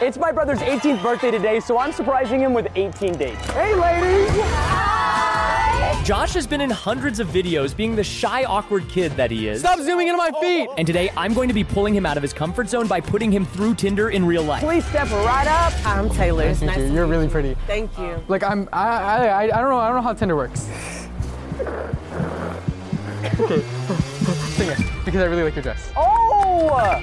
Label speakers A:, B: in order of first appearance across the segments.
A: It's my brother's 18th birthday today, so I'm surprising him with 18 dates. Hey, ladies!
B: Josh has been in hundreds of videos being the shy, awkward kid that he is.
C: Stop zooming into my feet.
B: And today, I'm going to be pulling him out of his comfort zone by putting him through Tinder in real life.
A: Please step right up.
D: I'm Taylor. It's nice.
C: Thank you.
D: to
C: You're
D: meet
C: really
D: you.
C: pretty.
D: Thank you.
C: Like I'm, I, I, I, I don't know, I don't know how Tinder works. okay, sing it because I really like your dress.
A: Oh!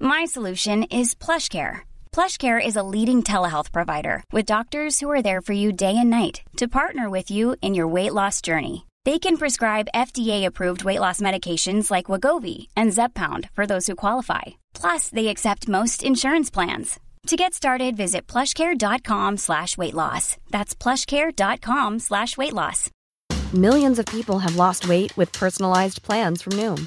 E: My solution is PlushCare. PlushCare is a leading telehealth provider with doctors who are there for you day and night to partner with you in your weight loss journey. They can prescribe FDA-approved weight loss medications like Wagovi and Zepbound for those who qualify. Plus, they accept most insurance plans. To get started, visit plushcare.com slash weight loss. That's plushcare.com slash weight loss.
F: Millions of people have lost weight with personalized plans from Noom,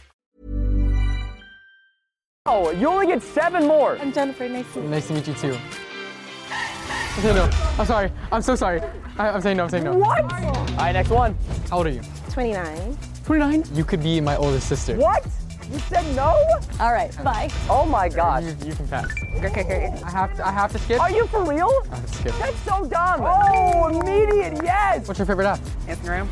A: Oh, you only get seven more.
D: I'm Jennifer. Nice to meet you.
C: Nice to meet you too. I'm saying no. I'm sorry. I'm so sorry. I, I'm saying no. I'm saying no.
A: What? All right, next one.
C: How old are you?
D: 29.
C: 29. You could be my oldest sister.
A: What? You said no?
D: All right. Bye.
A: Oh my gosh.
C: You, you can pass.
D: Okay, okay.
C: I have to. I have to skip.
A: Are you for real?
C: I have to skip.
A: That's so dumb. Oh, immediate yes.
C: What's your favorite app?
D: Instagram.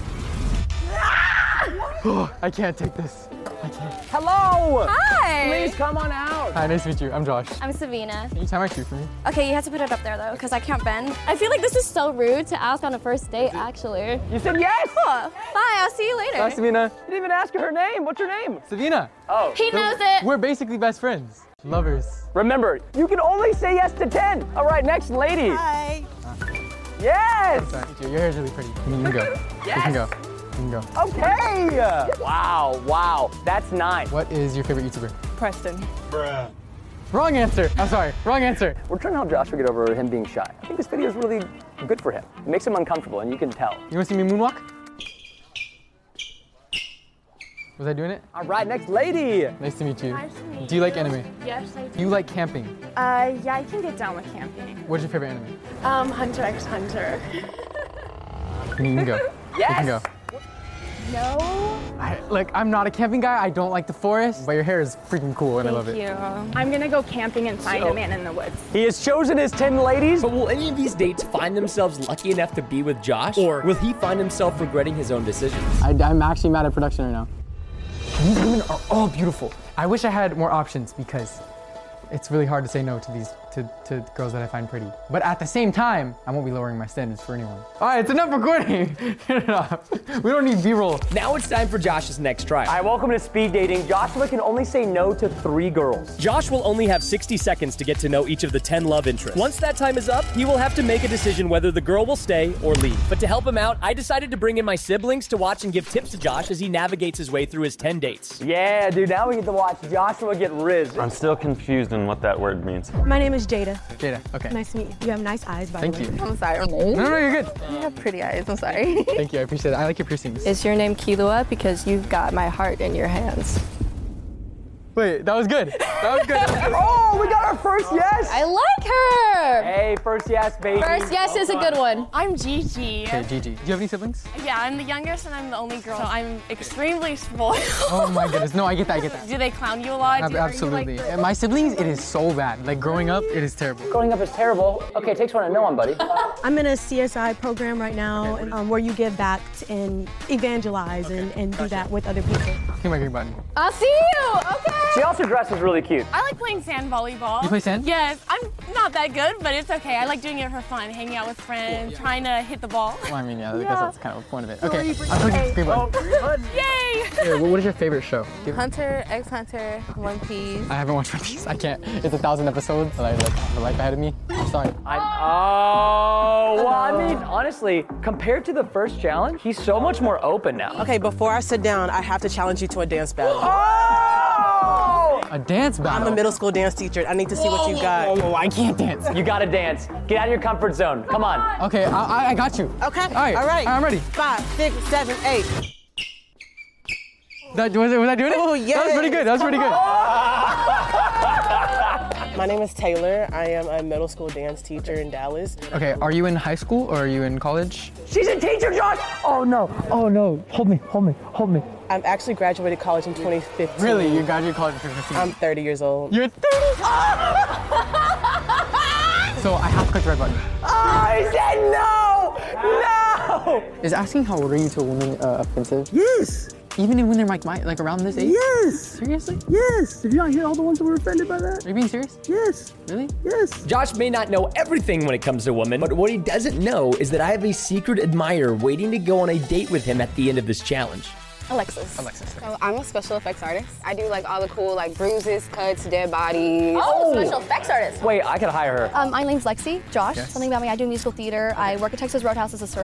C: I can't take this. I can't.
A: Hello.
G: Hi.
A: Please come on out.
C: Hi, nice to meet you. I'm Josh.
G: I'm Savina.
C: Can you time my shoe for me?
G: Okay, you have to put it up there though, because I can't bend. I feel like this is so rude to ask on a first date, actually.
A: You said yes.
G: Cool. Bye, I'll see you later.
C: Hi, Savina.
A: You didn't even ask her her name. What's your name?
C: Savina.
A: Oh.
G: He knows it.
C: We're basically best friends. Lovers.
A: Remember, you can only say yes to 10. All right, next lady. Hi. Yes.
C: Sorry, thank you. your hair's really pretty. You can go. You can go. You can go.
A: Okay. Wow, wow. That's nine.
C: What is your favorite YouTuber?
D: Preston.
C: Wrong answer. I'm sorry. Wrong answer.
A: We're trying to help Joshua get over him being shy. I think this video is really good for him. It makes him uncomfortable, and you can tell.
C: You want to see me moonwalk? Was I doing it?
A: All right, next lady.
C: Nice to meet you.
G: Nice to meet
C: Do you like anime?
G: Yes, I
C: Do you like camping?
D: Uh, yeah, I can get down with camping.
C: What's your favorite anime?
D: Um, Hunter x Hunter.
C: You can go. You
A: Yes.
C: can go.
G: No.
C: I, like, I'm not a camping guy. I don't like the forest, but your hair is freaking cool and I love
G: Thank
C: it.
G: you.
D: I'm gonna go camping and find
A: So-
D: a man in the woods.
A: He has chosen his 10 ladies.
B: But will any of these dates find themselves lucky enough to be with Josh? Or will he find himself regretting his own decisions?
C: I, I'm actually mad at production right now. These women are all beautiful. I wish I had more options because it's really hard to say no to these to, to girls that I find pretty. But at the same time, I won't be lowering my standards for anyone. All right, it's enough recording. enough. We don't need B-roll.
B: Now it's time for Josh's next try.
A: All right, welcome to speed dating. Joshua can only say no to three girls.
B: Josh will only have 60 seconds to get to know each of the 10 love interests. Once that time is up, he will have to make a decision whether the girl will stay or leave. But to help him out, I decided to bring in my siblings to watch and give tips to Josh as he navigates his way through his 10 dates.
A: Yeah, dude, now we get to watch Joshua get Riz.
H: I'm still confused in what that word means.
D: My name is Jada.
C: Jada, okay.
D: Nice to meet you. You have nice eyes, by
C: Thank
D: the way.
C: you.
G: I'm sorry.
C: No, no, you're good.
G: You have pretty eyes. I'm sorry.
C: Thank you. I appreciate that. I like your piercings.
G: is your name Kilua because you've got my heart in your hands?
C: Wait, that was good. That was good.
A: oh, we got our first yes.
G: I like her.
A: Hey, first yes, baby.
G: First yes is a good one.
I: I'm Gigi.
C: Okay, Gigi, do you have any siblings?
I: Yeah, I'm the youngest and I'm the only girl, so I'm extremely spoiled.
C: Oh my goodness. No, I get that. I get that.
I: Do they clown you a lot?
C: Ab-
I: Do- are you, like,
C: Absolutely. And My siblings, it is so bad. Like growing up, it is terrible.
A: Growing up is terrible. Okay, it takes one to know one, buddy.
D: I'm in a CSI program right now um, where you give back and evangelize and, and do that with other people.
C: Hit my green button.
I: I'll see you. Okay.
A: She also dresses really cute.
I: I like playing sand volleyball.
C: You play sand?
I: Yes. I'm not that good, but it's okay. I like doing it for fun, hanging out with friends, trying to hit the ball.
C: Well, I mean, yeah, I guess
I: Yeah.
C: that's kind of the point of it.
I: Sorry,
C: Okay,
I: but-
C: I'm clicking
I: Hey,
C: green button.
I: Yay!
C: Yeah, what what is your favorite show? Do you-
J: Hunter, X Hunter, One Piece.
C: I haven't watched One Piece. I can't. It's a thousand episodes, and I like have a life ahead of me. I'm sorry.
A: I, oh, well, I mean, honestly, compared to the first challenge, he's so much more open now.
K: Okay, before I sit down, I have to challenge you to a dance battle.
A: Oh!
C: A dance battle.
K: I'm a middle school dance teacher. I need to see what you got.
C: Oh, I can't dance.
A: You gotta dance. Get out of your comfort zone. Come on.
C: Okay, I, I- I got you.
K: Okay. All
C: right,
K: All right.
C: I'm ready.
K: Five, six, seven, eight.
C: That, was, I doing it?
K: Oh,
C: That was
K: yeah.
C: pretty good, that was pretty good.
K: My name is Taylor. I am a middle school dance teacher in Dallas.
C: Okay, are you in high school or are you in college?
A: She's a teacher, Josh. Oh no.
C: Oh no, hold me, hold me, hold me.
K: I'm actually graduated college in 2015.
C: Really? You graduated college in 2015?
K: I'm 30 years old.
C: You're 30? So I have to click the red button.
A: I said no. No.
C: Is asking how old are you to a woman uh, offensive? Yes. Even when they're like my, like around this age? Yes. Seriously?
B: Yes. Did you not hear all the ones that were offended by that?
C: Are you being serious?
B: Yes.
C: Really?
B: Yes. Josh may not know everything when it comes to women, but what he doesn't know is that I have a secret admirer waiting to go on a date with him at the end of this challenge.
J: Alexis. Alexis. So I'm a special effects artist. I do like all the cool like bruises, cuts, dead bodies.
G: Oh, special effects artist.
A: Wait, I could hire her.
G: Um, my name's Lexi. Josh.
A: Yes.
G: Something about me. I do musical theater. I work at Texas Roadhouse as a server.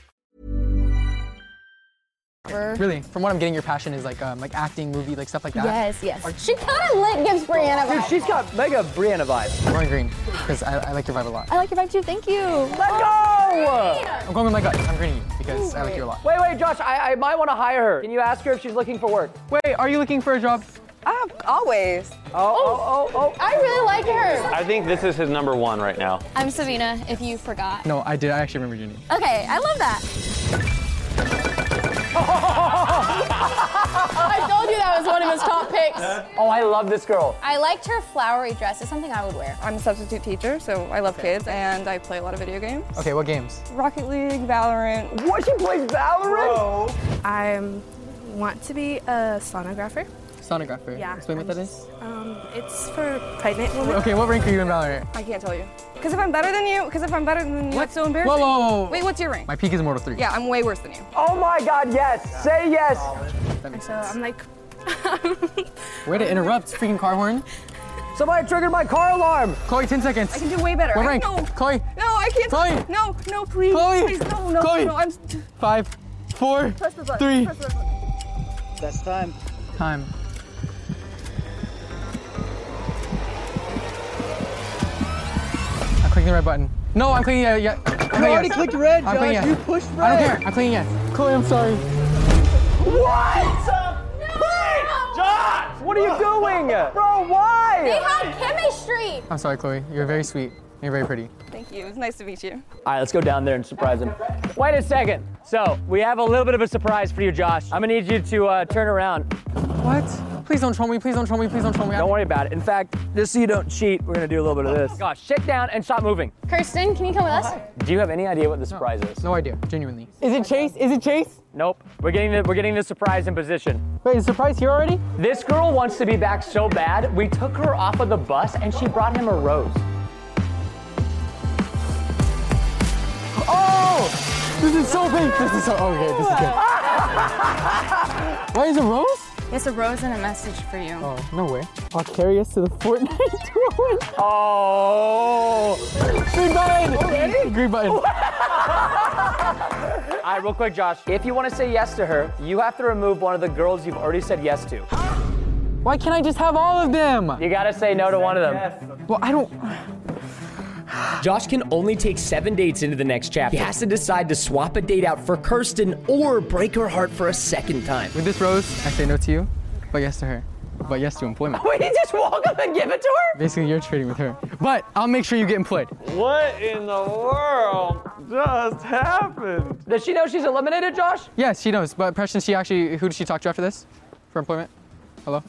C: Really? From what I'm getting, your passion is like um, like acting, movie, like stuff like that.
G: Yes, yes. She kind of lit gives Brianna
A: Dude,
G: vibes.
A: she's got mega Brianna vibes.
C: We're in green because I, I like your vibe a lot.
I: Uh,
G: I like your vibe too. Thank you.
A: Let's go!
C: I'm going with my gut. I'm greening you because I like you a lot.
A: Wait, wait, Josh, I, I might want to hire her. Can you ask her if she's looking for work?
C: Wait, are you looking for a job?
J: Oh, always.
A: Oh, oh, oh, oh.
G: I really like her.
H: I think this is his number one right now.
G: I'm Savina. If you forgot.
C: No, I did. I actually remember your name.
G: Okay, I love that. I told you that was one of his top picks.
A: Oh, I love this girl.
G: I liked her flowery dress. It's something I would wear.
J: I'm a substitute teacher, so I love kids and I play a lot of video games.
C: Okay, what games?
J: Rocket League, Valorant.
A: What? She plays Valorant?
I: I want to be a sonographer.
C: Sonographer.
I: Yeah,
C: Explain what
I: I'm
C: that is.
I: Um, it's for pregnant women.
C: Okay, what rank are you in Valorant?
J: I can't tell you. Because if I'm better than you, because if I'm better than you, it's so
C: Whoa,
J: embarrassing.
C: whoa, whoa, whoa.
J: Wait, what's your rank?
C: My peak is Mortal 3.
J: Yeah, I'm way worse than you.
A: Oh my God, yes. Say yes.
C: That makes
I: So
C: sense.
I: I'm like,
C: Way to interrupt, freaking car horn.
A: Somebody triggered my car alarm.
C: Chloe, 10 seconds.
J: I can do way better.
C: What
J: I-
C: rank?
J: No.
C: Chloe.
J: No, I can't.
C: Chloe.
J: No, no, please.
C: Chloe.
J: Please, no, no,
C: Chloe.
J: no. I'm.
C: Five, four,
J: Press the button.
C: three.
J: Press the button.
L: Best time.
C: Time. I'm clicking the red button. No, I'm clicking. Uh, yeah. I'm clicking
L: already
C: yes.
L: clicked red,
C: I'm clicking
L: Josh.
C: yes.
L: You pushed
C: I don't
L: red.
C: care. I'm clicking yes. Chloe, I'm sorry.
A: What? Wait, Josh, what are you doing? Bro, why?
G: They had chemistry.
C: I'm sorry, Chloe. You're very sweet. You're very pretty.
M: Thank you. It's nice to meet you.
A: All right, let's go down there and surprise him. Wait a second. So we have a little bit of a surprise for you, Josh. I'm gonna need you to uh, turn around.
C: What? Please don't troll me. Please don't troll me. Please don't troll me.
A: Don't worry about it. In fact, just so you don't cheat, we're gonna do a little bit of this. Gosh, shake down and stop moving.
I: Kirsten, can you come with us?
A: Do you have any idea what the surprise is?
C: No idea, genuinely.
A: Is it Chase? Is it Chase? Nope. We're getting the we're getting the surprise in position.
C: Wait, is surprise here already?
A: This girl wants to be back so bad. We took her off of the bus and she brought him a rose.
C: Oh! This is so pink. This is so oh, okay. This is good. Why is it rose?
M: It's a rose and a message for you.
C: Oh, no way. I'll carry us to the Fortnite tour.
A: Oh!
C: Green button. Green button.
A: All right, real quick, Josh. If you want to say yes to her, you have to remove one of the girls you've already said yes to.
C: Why can't I just have all of them?
A: You gotta say no to one of them.
C: Well, I don't.
B: Josh can only take seven dates into the next chapter. He has to decide to swap a date out for Kirsten or break her heart for a second time.
C: With this rose, I say no to you, but yes to her. But yes to employment.
A: Wait, you just walk up and give it to her?
C: Basically, you're trading with her. But I'll make sure you get employed.
H: What in the world just happened?
A: Does she know she's eliminated, Josh?
C: Yes, she knows. But Preston, she actually, who did she talk to after this for employment? Hello?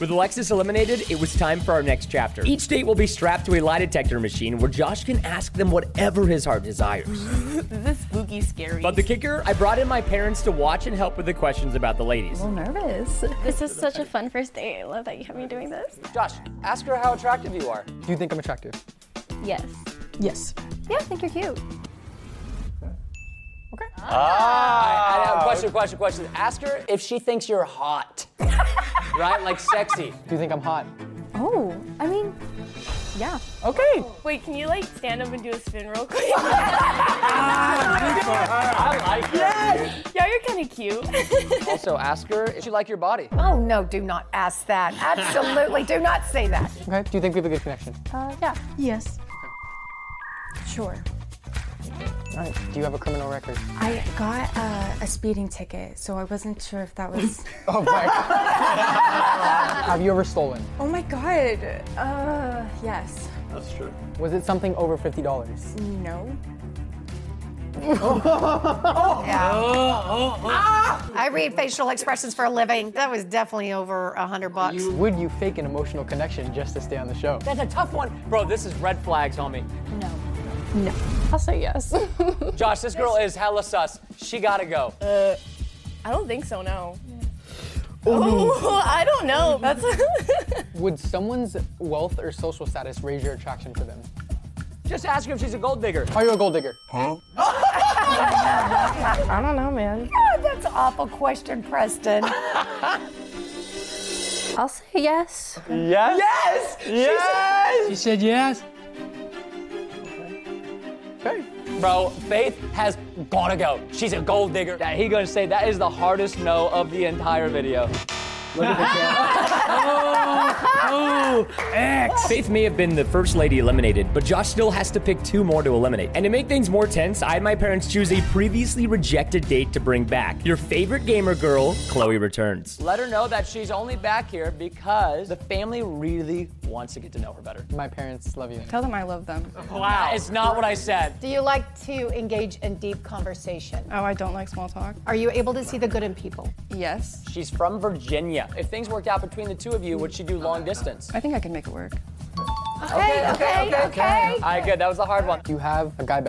B: With Alexis eliminated, it was time for our next chapter. Each date will be strapped to a lie detector machine where Josh can ask them whatever his heart desires.
M: this is spooky, scary.
B: But the kicker, I brought in my parents to watch and help with the questions about the ladies.
M: I'm nervous.
I: This is such a fun first date. I love that you have me doing this.
A: Josh, ask her how attractive you are.
C: Do you think I'm attractive?
M: Yes.
D: Yes.
M: Yeah, I think you're cute.
A: Ah. I, I have question, question, question. Ask her if she thinks you're hot. right? Like sexy.
C: Do you think I'm hot?
M: Oh, I mean, yeah.
C: Okay.
I: Wait, can you like stand up and do a spin real quick?
A: I like her.
I: yeah, you're kind of cute.
A: Also, ask her if you like your body.
N: Oh no, do not ask that. Absolutely, do not say that.
C: Okay. Do you think we have a good connection?
M: Uh, yeah.
D: Yes.
N: Sure.
C: All right. Do you have a criminal record?
N: I got uh, a speeding ticket, so I wasn't sure if that was.
C: Oh my. have you ever stolen?
N: oh my god. Uh, yes.
H: That's true.
C: Was it something over fifty dollars?
N: No.
O: Oh,
A: Ah.
O: I read facial expressions for a living. That was definitely over a hundred bucks.
C: Would you fake an emotional connection just to stay on the show?
A: That's a tough one. Bro, this is red flags on me.
M: No. No. I'll say yes.
A: Josh, this girl is hella sus. She gotta go.
I: Uh, I don't think so. No. Oh, I don't know. That's
C: Would someone's wealth or social status raise your attraction for them?
A: Just ask her if she's a gold digger.
C: Are you a gold digger? Huh?
O: I
I: don't know, man.
O: God, that's an awful question, Preston.
M: I'll say yes.
H: Yes.
A: Yes. Yes.
C: She said yes. Okay.
A: Bro, Faith has gotta go. She's a gold digger. Yeah, he gonna say that is the hardest no of the entire video.
C: Look at the camera.
B: Oh, X. Faith may have been the first lady eliminated, but Josh still has to pick two more to eliminate. And to make things more tense, I had my parents choose a previously rejected date to bring back. Your favorite gamer girl, Chloe, returns.
A: Let her know that she's only back here because the family really wants to get to know her better.
C: My parents love you.
M: Tell them I love them.
A: Wow. It's not what I said.
O: Do you like to engage in deep conversation?
M: Oh, I don't like small talk.
O: Are you able to see the good in people?
M: Yes.
A: She's from Virginia. If things worked out between the two of you, would she do long distance?
M: I think I can make it work.
O: Okay, okay, okay.
A: All right, good. That was the hard one.
C: Do you have a guy back?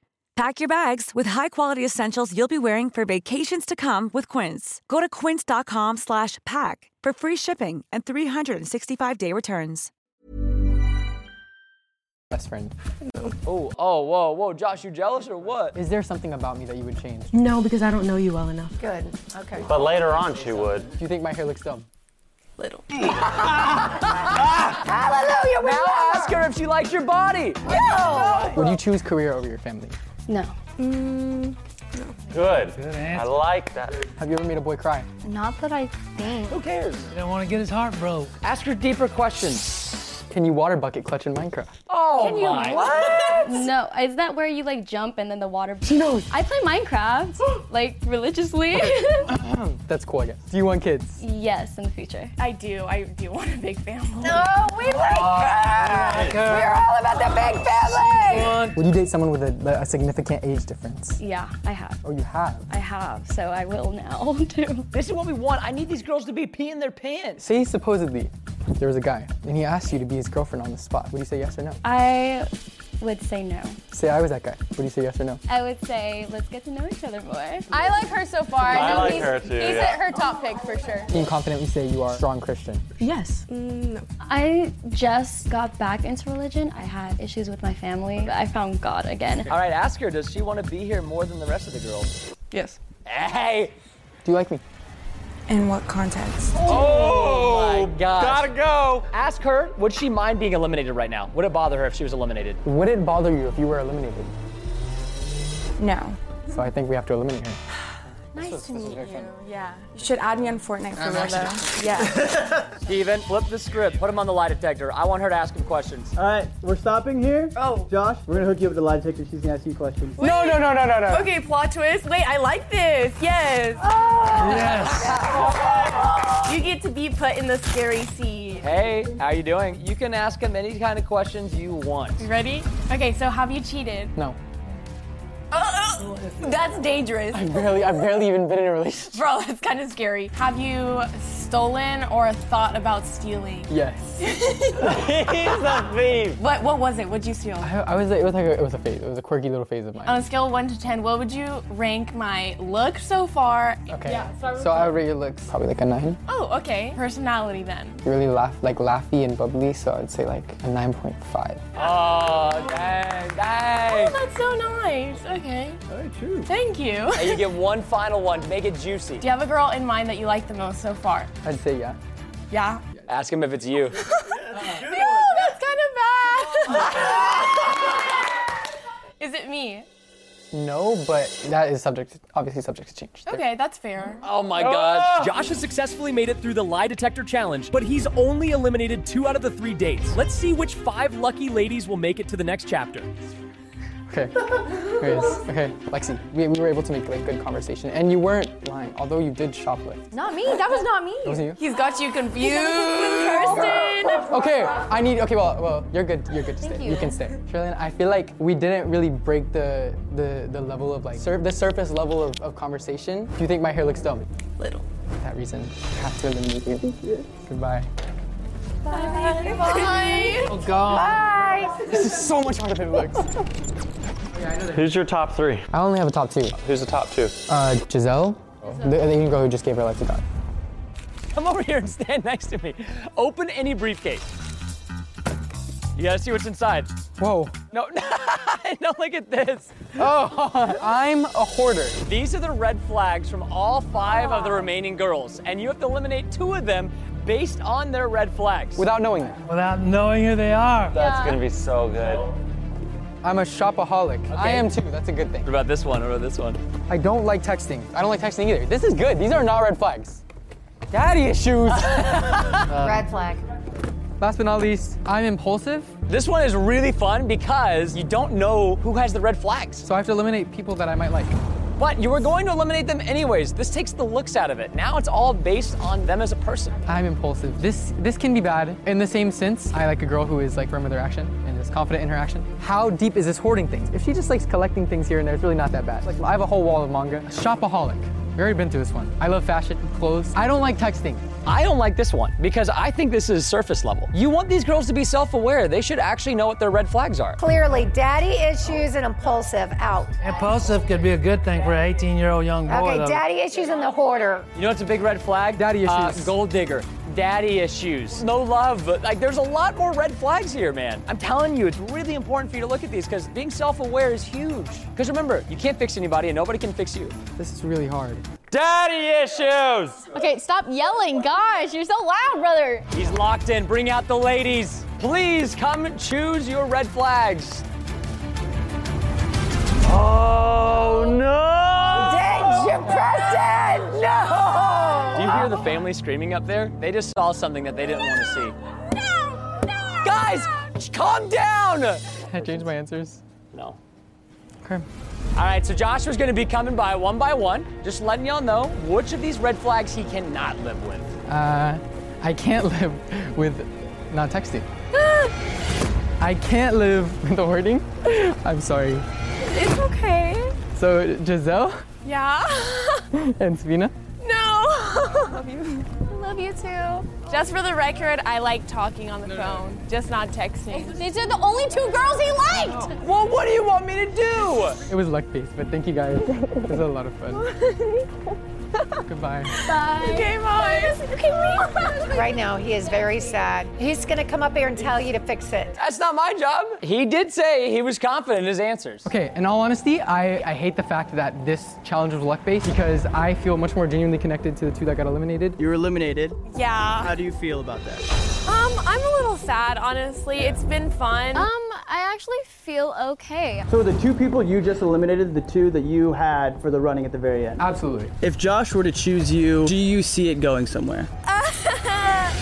P: Pack your bags with high-quality essentials you'll be wearing for vacations to come with Quince. Go to quince.com slash pack for free shipping and 365-day returns.
C: Best friend.
A: Oh, oh, whoa, whoa, Josh, you jealous or what?
C: Is there something about me that you would change?
D: No, because I don't know you well enough.
O: Good. Okay.
H: But later on, she would.
C: Do you think my hair looks dumb? Little.
O: Hallelujah.
A: Now ask her if she likes your body.
C: Would you choose career over your family?
G: No.
H: Good. Good I like that.
C: Have you ever made a boy cry?
G: Not that I think.
A: Who cares?
L: You don't want to get his heart broke.
A: Ask her deeper questions.
C: Can you water bucket clutch in Minecraft?
A: Oh
G: Can you
A: my.
G: No, is that where you like jump and then the water? She knows. I play Minecraft like religiously.
C: That's cool, I guess. Do you want kids?
G: yes, in the future.
I: I do. I do want a big family.
O: No, we like that.
C: girl.
O: We're all about the big family.
C: Would you date someone with a, a significant age difference?
G: Yeah, I have.
C: Oh, you have.
G: I have, so I will now too.
A: This is what we want. I need these girls to be peeing their pants.
C: Say supposedly there was a guy and he asked you to be his girlfriend on the spot. Would you say yes or no?
G: I would say no.
C: Say I was that guy. Would you say yes or no?
G: I would say let's get to know each other more.
I: I like her so far.
H: I
I: know
H: like
I: he's,
H: her too,
I: He's
H: yeah.
I: at her top pick for sure.
C: Can you confidently say you are a strong Christian?
D: Yes.
G: no. I just got back into religion. I had issues with my family. I found God again.
A: All right, ask her, does she want to be here more than the rest of the girls?
K: Yes.
A: Hey!
C: Do you like me?
N: In what context?
A: Oh, my gosh.
H: Gotta go.
A: Ask her, would she mind being eliminated right now? Would it bother her if she was eliminated?
C: Would it bother you if you were eliminated?
N: No.
C: So I think we have to eliminate her.
I: Nice to meet you. Yeah.
N: You should add me on Fortnite for real though. Yeah.
A: Steven, flip the script. Put him on the lie detector. I want her to ask him questions.
H: Oh.
L: All right, we're stopping here. Oh. Josh, we're gonna hook you up with the lie detector. She's gonna ask you questions.
C: No, no, no, no, no, no.
I: Okay, plot twist. Wait, I like this. Yes. You get to be put in the scary seat.
A: Hey, how you doing? You can ask him any kind of questions you want.
I: You ready? Okay, so have you cheated?
C: No.
I: Oh, oh, that's dangerous.
C: I barely, I've barely even been in a relationship.
I: Bro, that's kind of scary. Have you stolen or thought about stealing?
C: Yes.
H: He's a thief.
I: What what was it? What'd you steal?
C: I, I was, it was like a, it was a phase. It was a quirky little phase of mine.
I: On a scale of 1 to 10, what would you rank my look so far?
C: okay.
I: Yeah, start with
C: so I would rate your looks probably like a nine.
I: Oh, okay. Personality then.
C: You're really laugh, like laughy and bubbly, so I'd say like a 9.5.
A: Oh, dang,
I: Oh,
A: dang.
I: that's so nice. Okay.
L: Very true.
I: Thank you.
A: Hey, you get one final one. Make it juicy.
I: Do you have a girl in mind that you like the most so far?
C: I'd say yeah.
I: Yeah.
A: Ask him if it's you.
I: No, that's kind of bad. Is it me?
C: No, but that is subject, obviously subject to change. There-
I: Okay, that's fair.
A: Oh my
C: Ah!
A: god.
B: Josh has successfully made it through the lie detector challenge, but he's only eliminated two out of the three dates. Let's see which five lucky ladies will make it to the next chapter.
C: Okay. Here it is. Okay, Lexi, we, we were able to make like good conversation, and you weren't lying, although you did shoplift.
I: Not me. That was not me.
C: Wasn't you?
I: He's got you confused, Kirsten.
C: Okay, I need. Okay, well, well, you're good. You're good to stay. You. can stay. Shirley, I feel like we didn't really break the the, the level of like sur- the surface level of, of conversation. Do you think my hair looks dumb?
K: Little.
C: For that reason, I have to eliminate you. Goodbye.
I: Bye.
C: Oh God. This is so much harder than it looks.
H: Who's your top three?
C: I only have a top two.
H: Who's the top two?
C: Uh, Giselle, the, the Indian girl who just gave her life to God.
A: Come over here and stand next to me. Open any briefcase. You gotta see what's inside.
C: Whoa.
A: No, no, look at this.
C: Oh, I'm a hoarder. Ah.
A: These are the red flags from all five of the remaining girls, and you have to eliminate two of them based on their red flags.
C: Without knowing them. Without knowing who they are. That's gonna be so good. I'm a shopaholic. I am too. That's a good thing.
A: What about this one? What about this one?
C: I don't like texting. I don't like texting either. This is good. These are not red flags. Daddy issues.
O: Red flag.
C: Last but not least, I'm impulsive.
A: This one is really fun because you don't know who has the red flags. So
C: I have to eliminate people that I might like.
A: But you were going to eliminate them anyways. This takes the looks out of it. Now it's all based on them as a person.
C: I'm impulsive. This this can be bad in the same sense. I like a girl who is like firm with her action and is confident in her action. How deep is this hoarding things? If she just likes collecting things here and there, it's really not that bad. Like I have a whole wall of manga. Shopaholic. We've already been through this one. I love fashion, clothes. I don't like texting.
A: I don't like this one because I think this is surface level. You want these girls to be self aware. They should actually know what their red flags are.
O: Clearly, daddy issues and impulsive out.
Q: Impulsive could be a good thing for an 18 year old young boy.
O: Okay,
Q: though.
O: daddy issues and the hoarder.
A: You know what's a big red flag? Daddy
Q: issues.
A: gold digger. Daddy issues. No love. Like, there's a lot more red flags here, man. I'm telling you, it's really important for you to look at these because being self aware is huge. Because remember, you can't fix anybody and nobody can fix you.
C: This is really hard.
A: Daddy issues!
G: Okay, stop yelling. Gosh, you're so loud, brother.
A: He's locked in. Bring out the ladies. Please come choose your red flags.
N: Oh no!
O: Did you press it? No!
A: Do you hear the family screaming up there? They just saw something that they didn't want to see. Guys, calm down!
C: Can I change my answers?
A: No.
C: Okay.
A: All right, so Joshua's going to be coming by one by one, just letting y'all know which of these red flags he cannot live with.
C: Uh, I can't live with not texting. I can't live with the hoarding. I'm sorry.
I: It's okay.
C: So Giselle
I: Yeah.
C: and Sabina.
I: no. I love you. I love you too. Just for the record, I like talking on the phone, just not texting. These are the only two girls he liked.
A: Well, what do you want me to do?
C: It was luck based, but thank you guys. This was a lot of fun. Goodbye.
O: Bye.
I: Okay, bye.
O: Right now, he is very sad. He's gonna come up here and tell you to fix it.
A: That's not my job. He did say he was confident in his answers.
C: Okay, in all honesty, I, I hate the fact that this challenge was luck based because I feel much more genuinely connected to the two that got eliminated.
R: You were eliminated.
I: Yeah.
R: How do you feel about that?
I: Um, I'm a little sad, honestly. It's been fun.
G: Um, I actually feel okay.
S: So the two people you just eliminated, the two that you had for the running at the very end.
C: Absolutely.
R: If Josh were to choose you, do you see it going somewhere?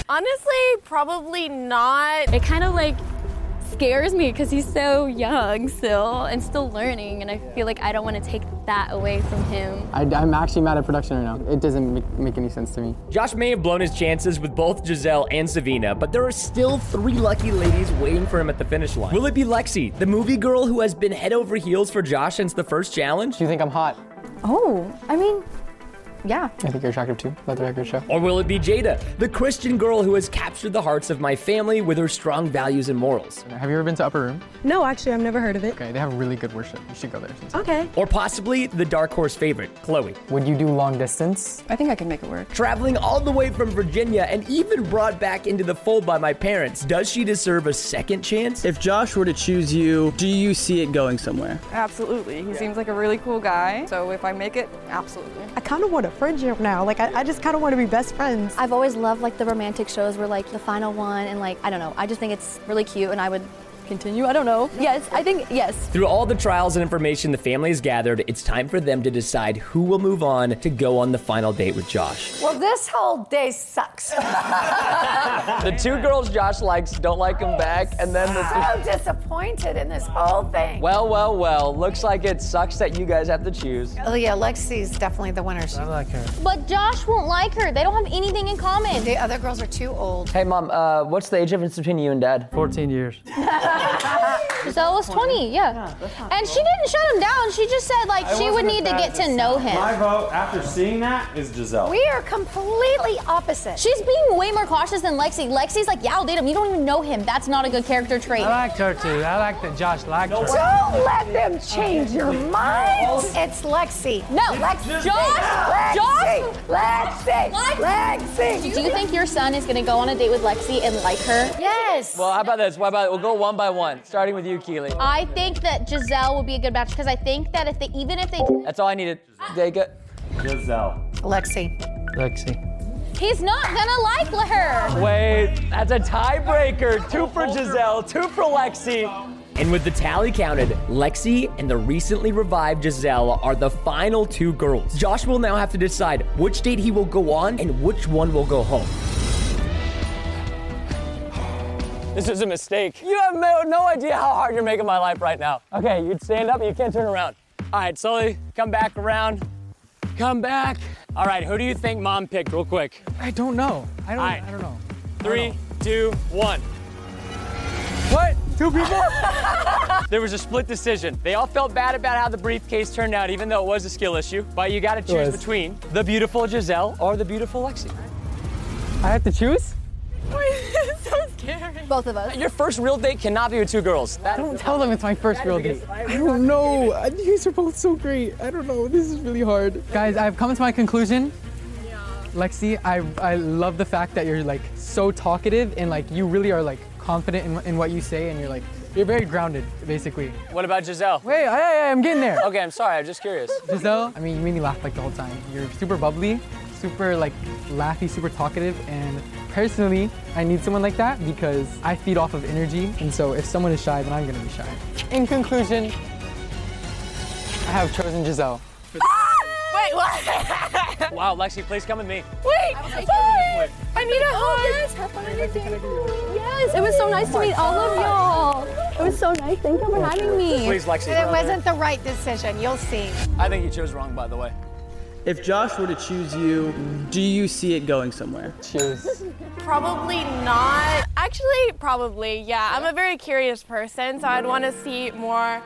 I: honestly, probably not.
G: It kind of like scares me because he's so young still and still learning, and I feel like I don't want to take that away from him.
C: I, am actually mad at production right now. It doesn't make, make any sense to me.
A: Josh may have blown his chances with both Giselle and Savina, but there are still three lucky ladies waiting for him at the finish line. Will it be Lexi, the movie girl who has been head over heels for Josh since the first challenge? Do
C: you think I'm hot?
J: Oh, I mean, yeah.
C: I think you're attractive too. Let the record show.
A: Or will it be Jada, the Christian girl who has captured the hearts of my family with her strong values and morals?
C: Have you ever been to Upper Room?
B: No, actually, I've never heard of it.
C: Okay, they have really good worship. You should go there.
B: Okay.
A: Or possibly the dark horse favorite, Chloe.
C: Would you do long distance?
J: I think I can make it work.
A: Traveling all the way from Virginia and even brought back into the fold by my parents, does she deserve a second chance?
R: If Josh were to choose you, do you see it going somewhere?
J: Absolutely. He seems like a really cool guy. So if I make it, absolutely.
B: I kind of want a friendship now. Like, I, I just kind of want to be best friends.
T: I've always loved like the romantic shows where like the final one and like I don't know. I just think it's really cute and I would continue. I don't know. Yes, I think yes.
A: Through all the trials and information the family has gathered, it's time for them to decide who will move on to go on the final date with Josh.
O: Well, this whole day sucks.
A: The two girls Josh likes don't like him back, and then the.
O: so disappointed in this whole thing.
A: Well, well, well. Looks like it sucks that you guys have to choose.
O: Oh yeah, Lexi's definitely the winner. I like her.
T: But Josh won't like her. They don't have anything in common.
O: The other girls are too old.
U: Hey, mom, uh, what's the age difference between you and dad?
C: 14 years.
T: Giselle was 20, yeah. and she didn't shut him down. She just said like
N: I
T: she
N: was
T: would
N: gonna
T: need to
N: say
T: get to know him.
N: My vote after seeing that is Giselle.
T: We are completely opposite. She's being way more cautious than Lexi. Lexi's like, yeah, I'll date him. You don't even know him. That's not a good character trait.
Q: I liked her too. I liked that Josh liked her.
O: Don't let them change your mind. It's Lexi.
T: No,
O: Lexi.
T: Josh, Josh.
O: Lexi.
T: Lexi. Do you think your son is gonna go on a date with Lexi and like her? Yes.
U: Well, how about this? Why about we'll go one by one, starting with you, Keely.
T: I think that Giselle would be a good match because I think that if they, even if they,
U: That's all I needed. They go.
N: Giselle.
O: Lexi.
Q: Lexi.
G: He's not gonna like her.
A: Wait, that's a tiebreaker. Two for Giselle, two for Lexi.
B: And with the tally counted, Lexi and the recently revived Giselle are the final two girls. Josh will now have to decide which date he will go on and which one will go home.
A: This is a mistake. You have no, no idea how hard you're making my life right now. Okay, you'd stand up, you can't turn around. All right, slowly come back around. Come back. All right, who do you think mom picked, real quick?
C: I don't know. I don't.
A: All right.
C: I don't know.
A: Three, two, one.
C: What? Two people?
A: There was a split decision. They all felt bad about how the briefcase turned out, even though it was a skill issue. But you got to choose
C: was.
A: between the beautiful Giselle or the beautiful Lexi.
C: I have to choose.
G: so scary. Both of us.
A: Your first real date cannot be with two girls. That,
C: Don't tell them it's my first real date.
A: I
C: don't know. You guys are both so great. I don't know. This is really hard. Guys, I've come to my conclusion. Lexi, I, I love the fact that you're like so talkative and like you really are like confident in, in what you say and you're like you're very grounded basically.
A: what about Giselle?
C: Wait, I, I, I'm getting there.
A: Okay, I'm sorry. I'm just curious.
C: Giselle, I mean, you made me laugh like the whole time. You're super bubbly, super like laughy, super talkative, and personally, I need someone like that because I feed off of energy, and so if someone is shy, then I'm gonna be shy. In conclusion, I have chosen Giselle.
I: Wait, what?
A: wow, Lexi, please come with me.
I: Wait, wait. I need
G: Oh,
I: a hug.
G: Yes, it was
I: Oh
G: so nice to meet all of y'all. It was so nice. Thank you for having me.
A: Please, Lexi.
O: It wasn't the right decision. You'll see.
A: I think you chose wrong, by the way.
R: If Josh were to choose you, do you see it going somewhere?
C: Choose.
I: Probably not. Actually, probably, yeah. I'm a very curious person, so I'd want to see more